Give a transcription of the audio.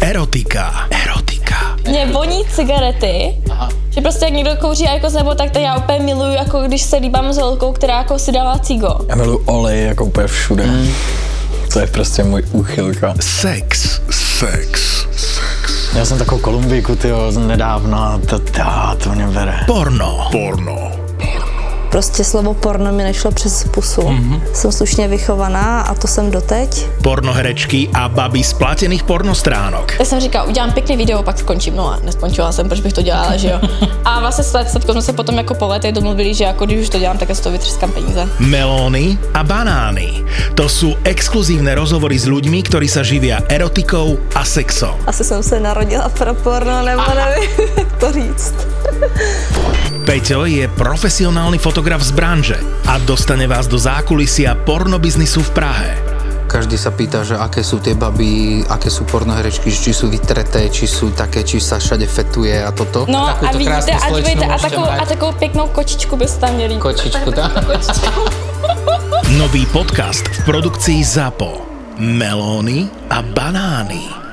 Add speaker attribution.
Speaker 1: Erotika. Erotika.
Speaker 2: Mě voní cigarety, Aha. že prostě jak někdo kouří a jako nebo tak, tak já úplně miluju, jako když se líbám s holkou, která jako si dává cigo.
Speaker 3: Já miluji olej jako úplně všude. Mm. To je prostě můj úchylka.
Speaker 1: Sex. Sex.
Speaker 3: Já jsem takovou Kolumbíku, tyjo, nedávno, to, to, to mě bere.
Speaker 1: Porno. Porno.
Speaker 4: Prostě slovo porno mi nešlo přes pusu. Mm-hmm. Jsem slušně vychovaná a to jsem doteď.
Speaker 1: Pornoherečky a babi z platených pornostránok.
Speaker 2: Já jsem říkala, udělám pěkný video, pak skončím. No a neskončila jsem, proč bych to dělala, že jo. A vlastně s Statkou jsme se potom jako po letech domluvili, že jako když už to dělám, tak já z toho vytřeskám peníze.
Speaker 1: Melóny a banány. To jsou exkluzívne rozhovory s ľuďmi, ktorí sa živia erotikou a sexom.
Speaker 4: Asi jsem se narodila pro porno, nebo nevím, jak to říct.
Speaker 1: Peťo je profesionálny fotograf z branže a dostane vás do zákulisia pornobiznisu v Prahe.
Speaker 5: Každý sa pýta, že aké sú tie baby, aké sú pornoherečky, či sú vytreté, či sú také, či sa všade fetuje a toto.
Speaker 2: No a,
Speaker 5: Takúto
Speaker 2: a vidíte,
Speaker 5: krásnu
Speaker 2: a
Speaker 5: slečnu
Speaker 2: dívejte, a
Speaker 5: môžete
Speaker 2: takovou,
Speaker 5: mať.
Speaker 2: a takovou pěknou kočičku byste tam měli.
Speaker 5: Kočičku, tá?
Speaker 1: Nový podcast v produkcii ZAPO. Melóny a banány.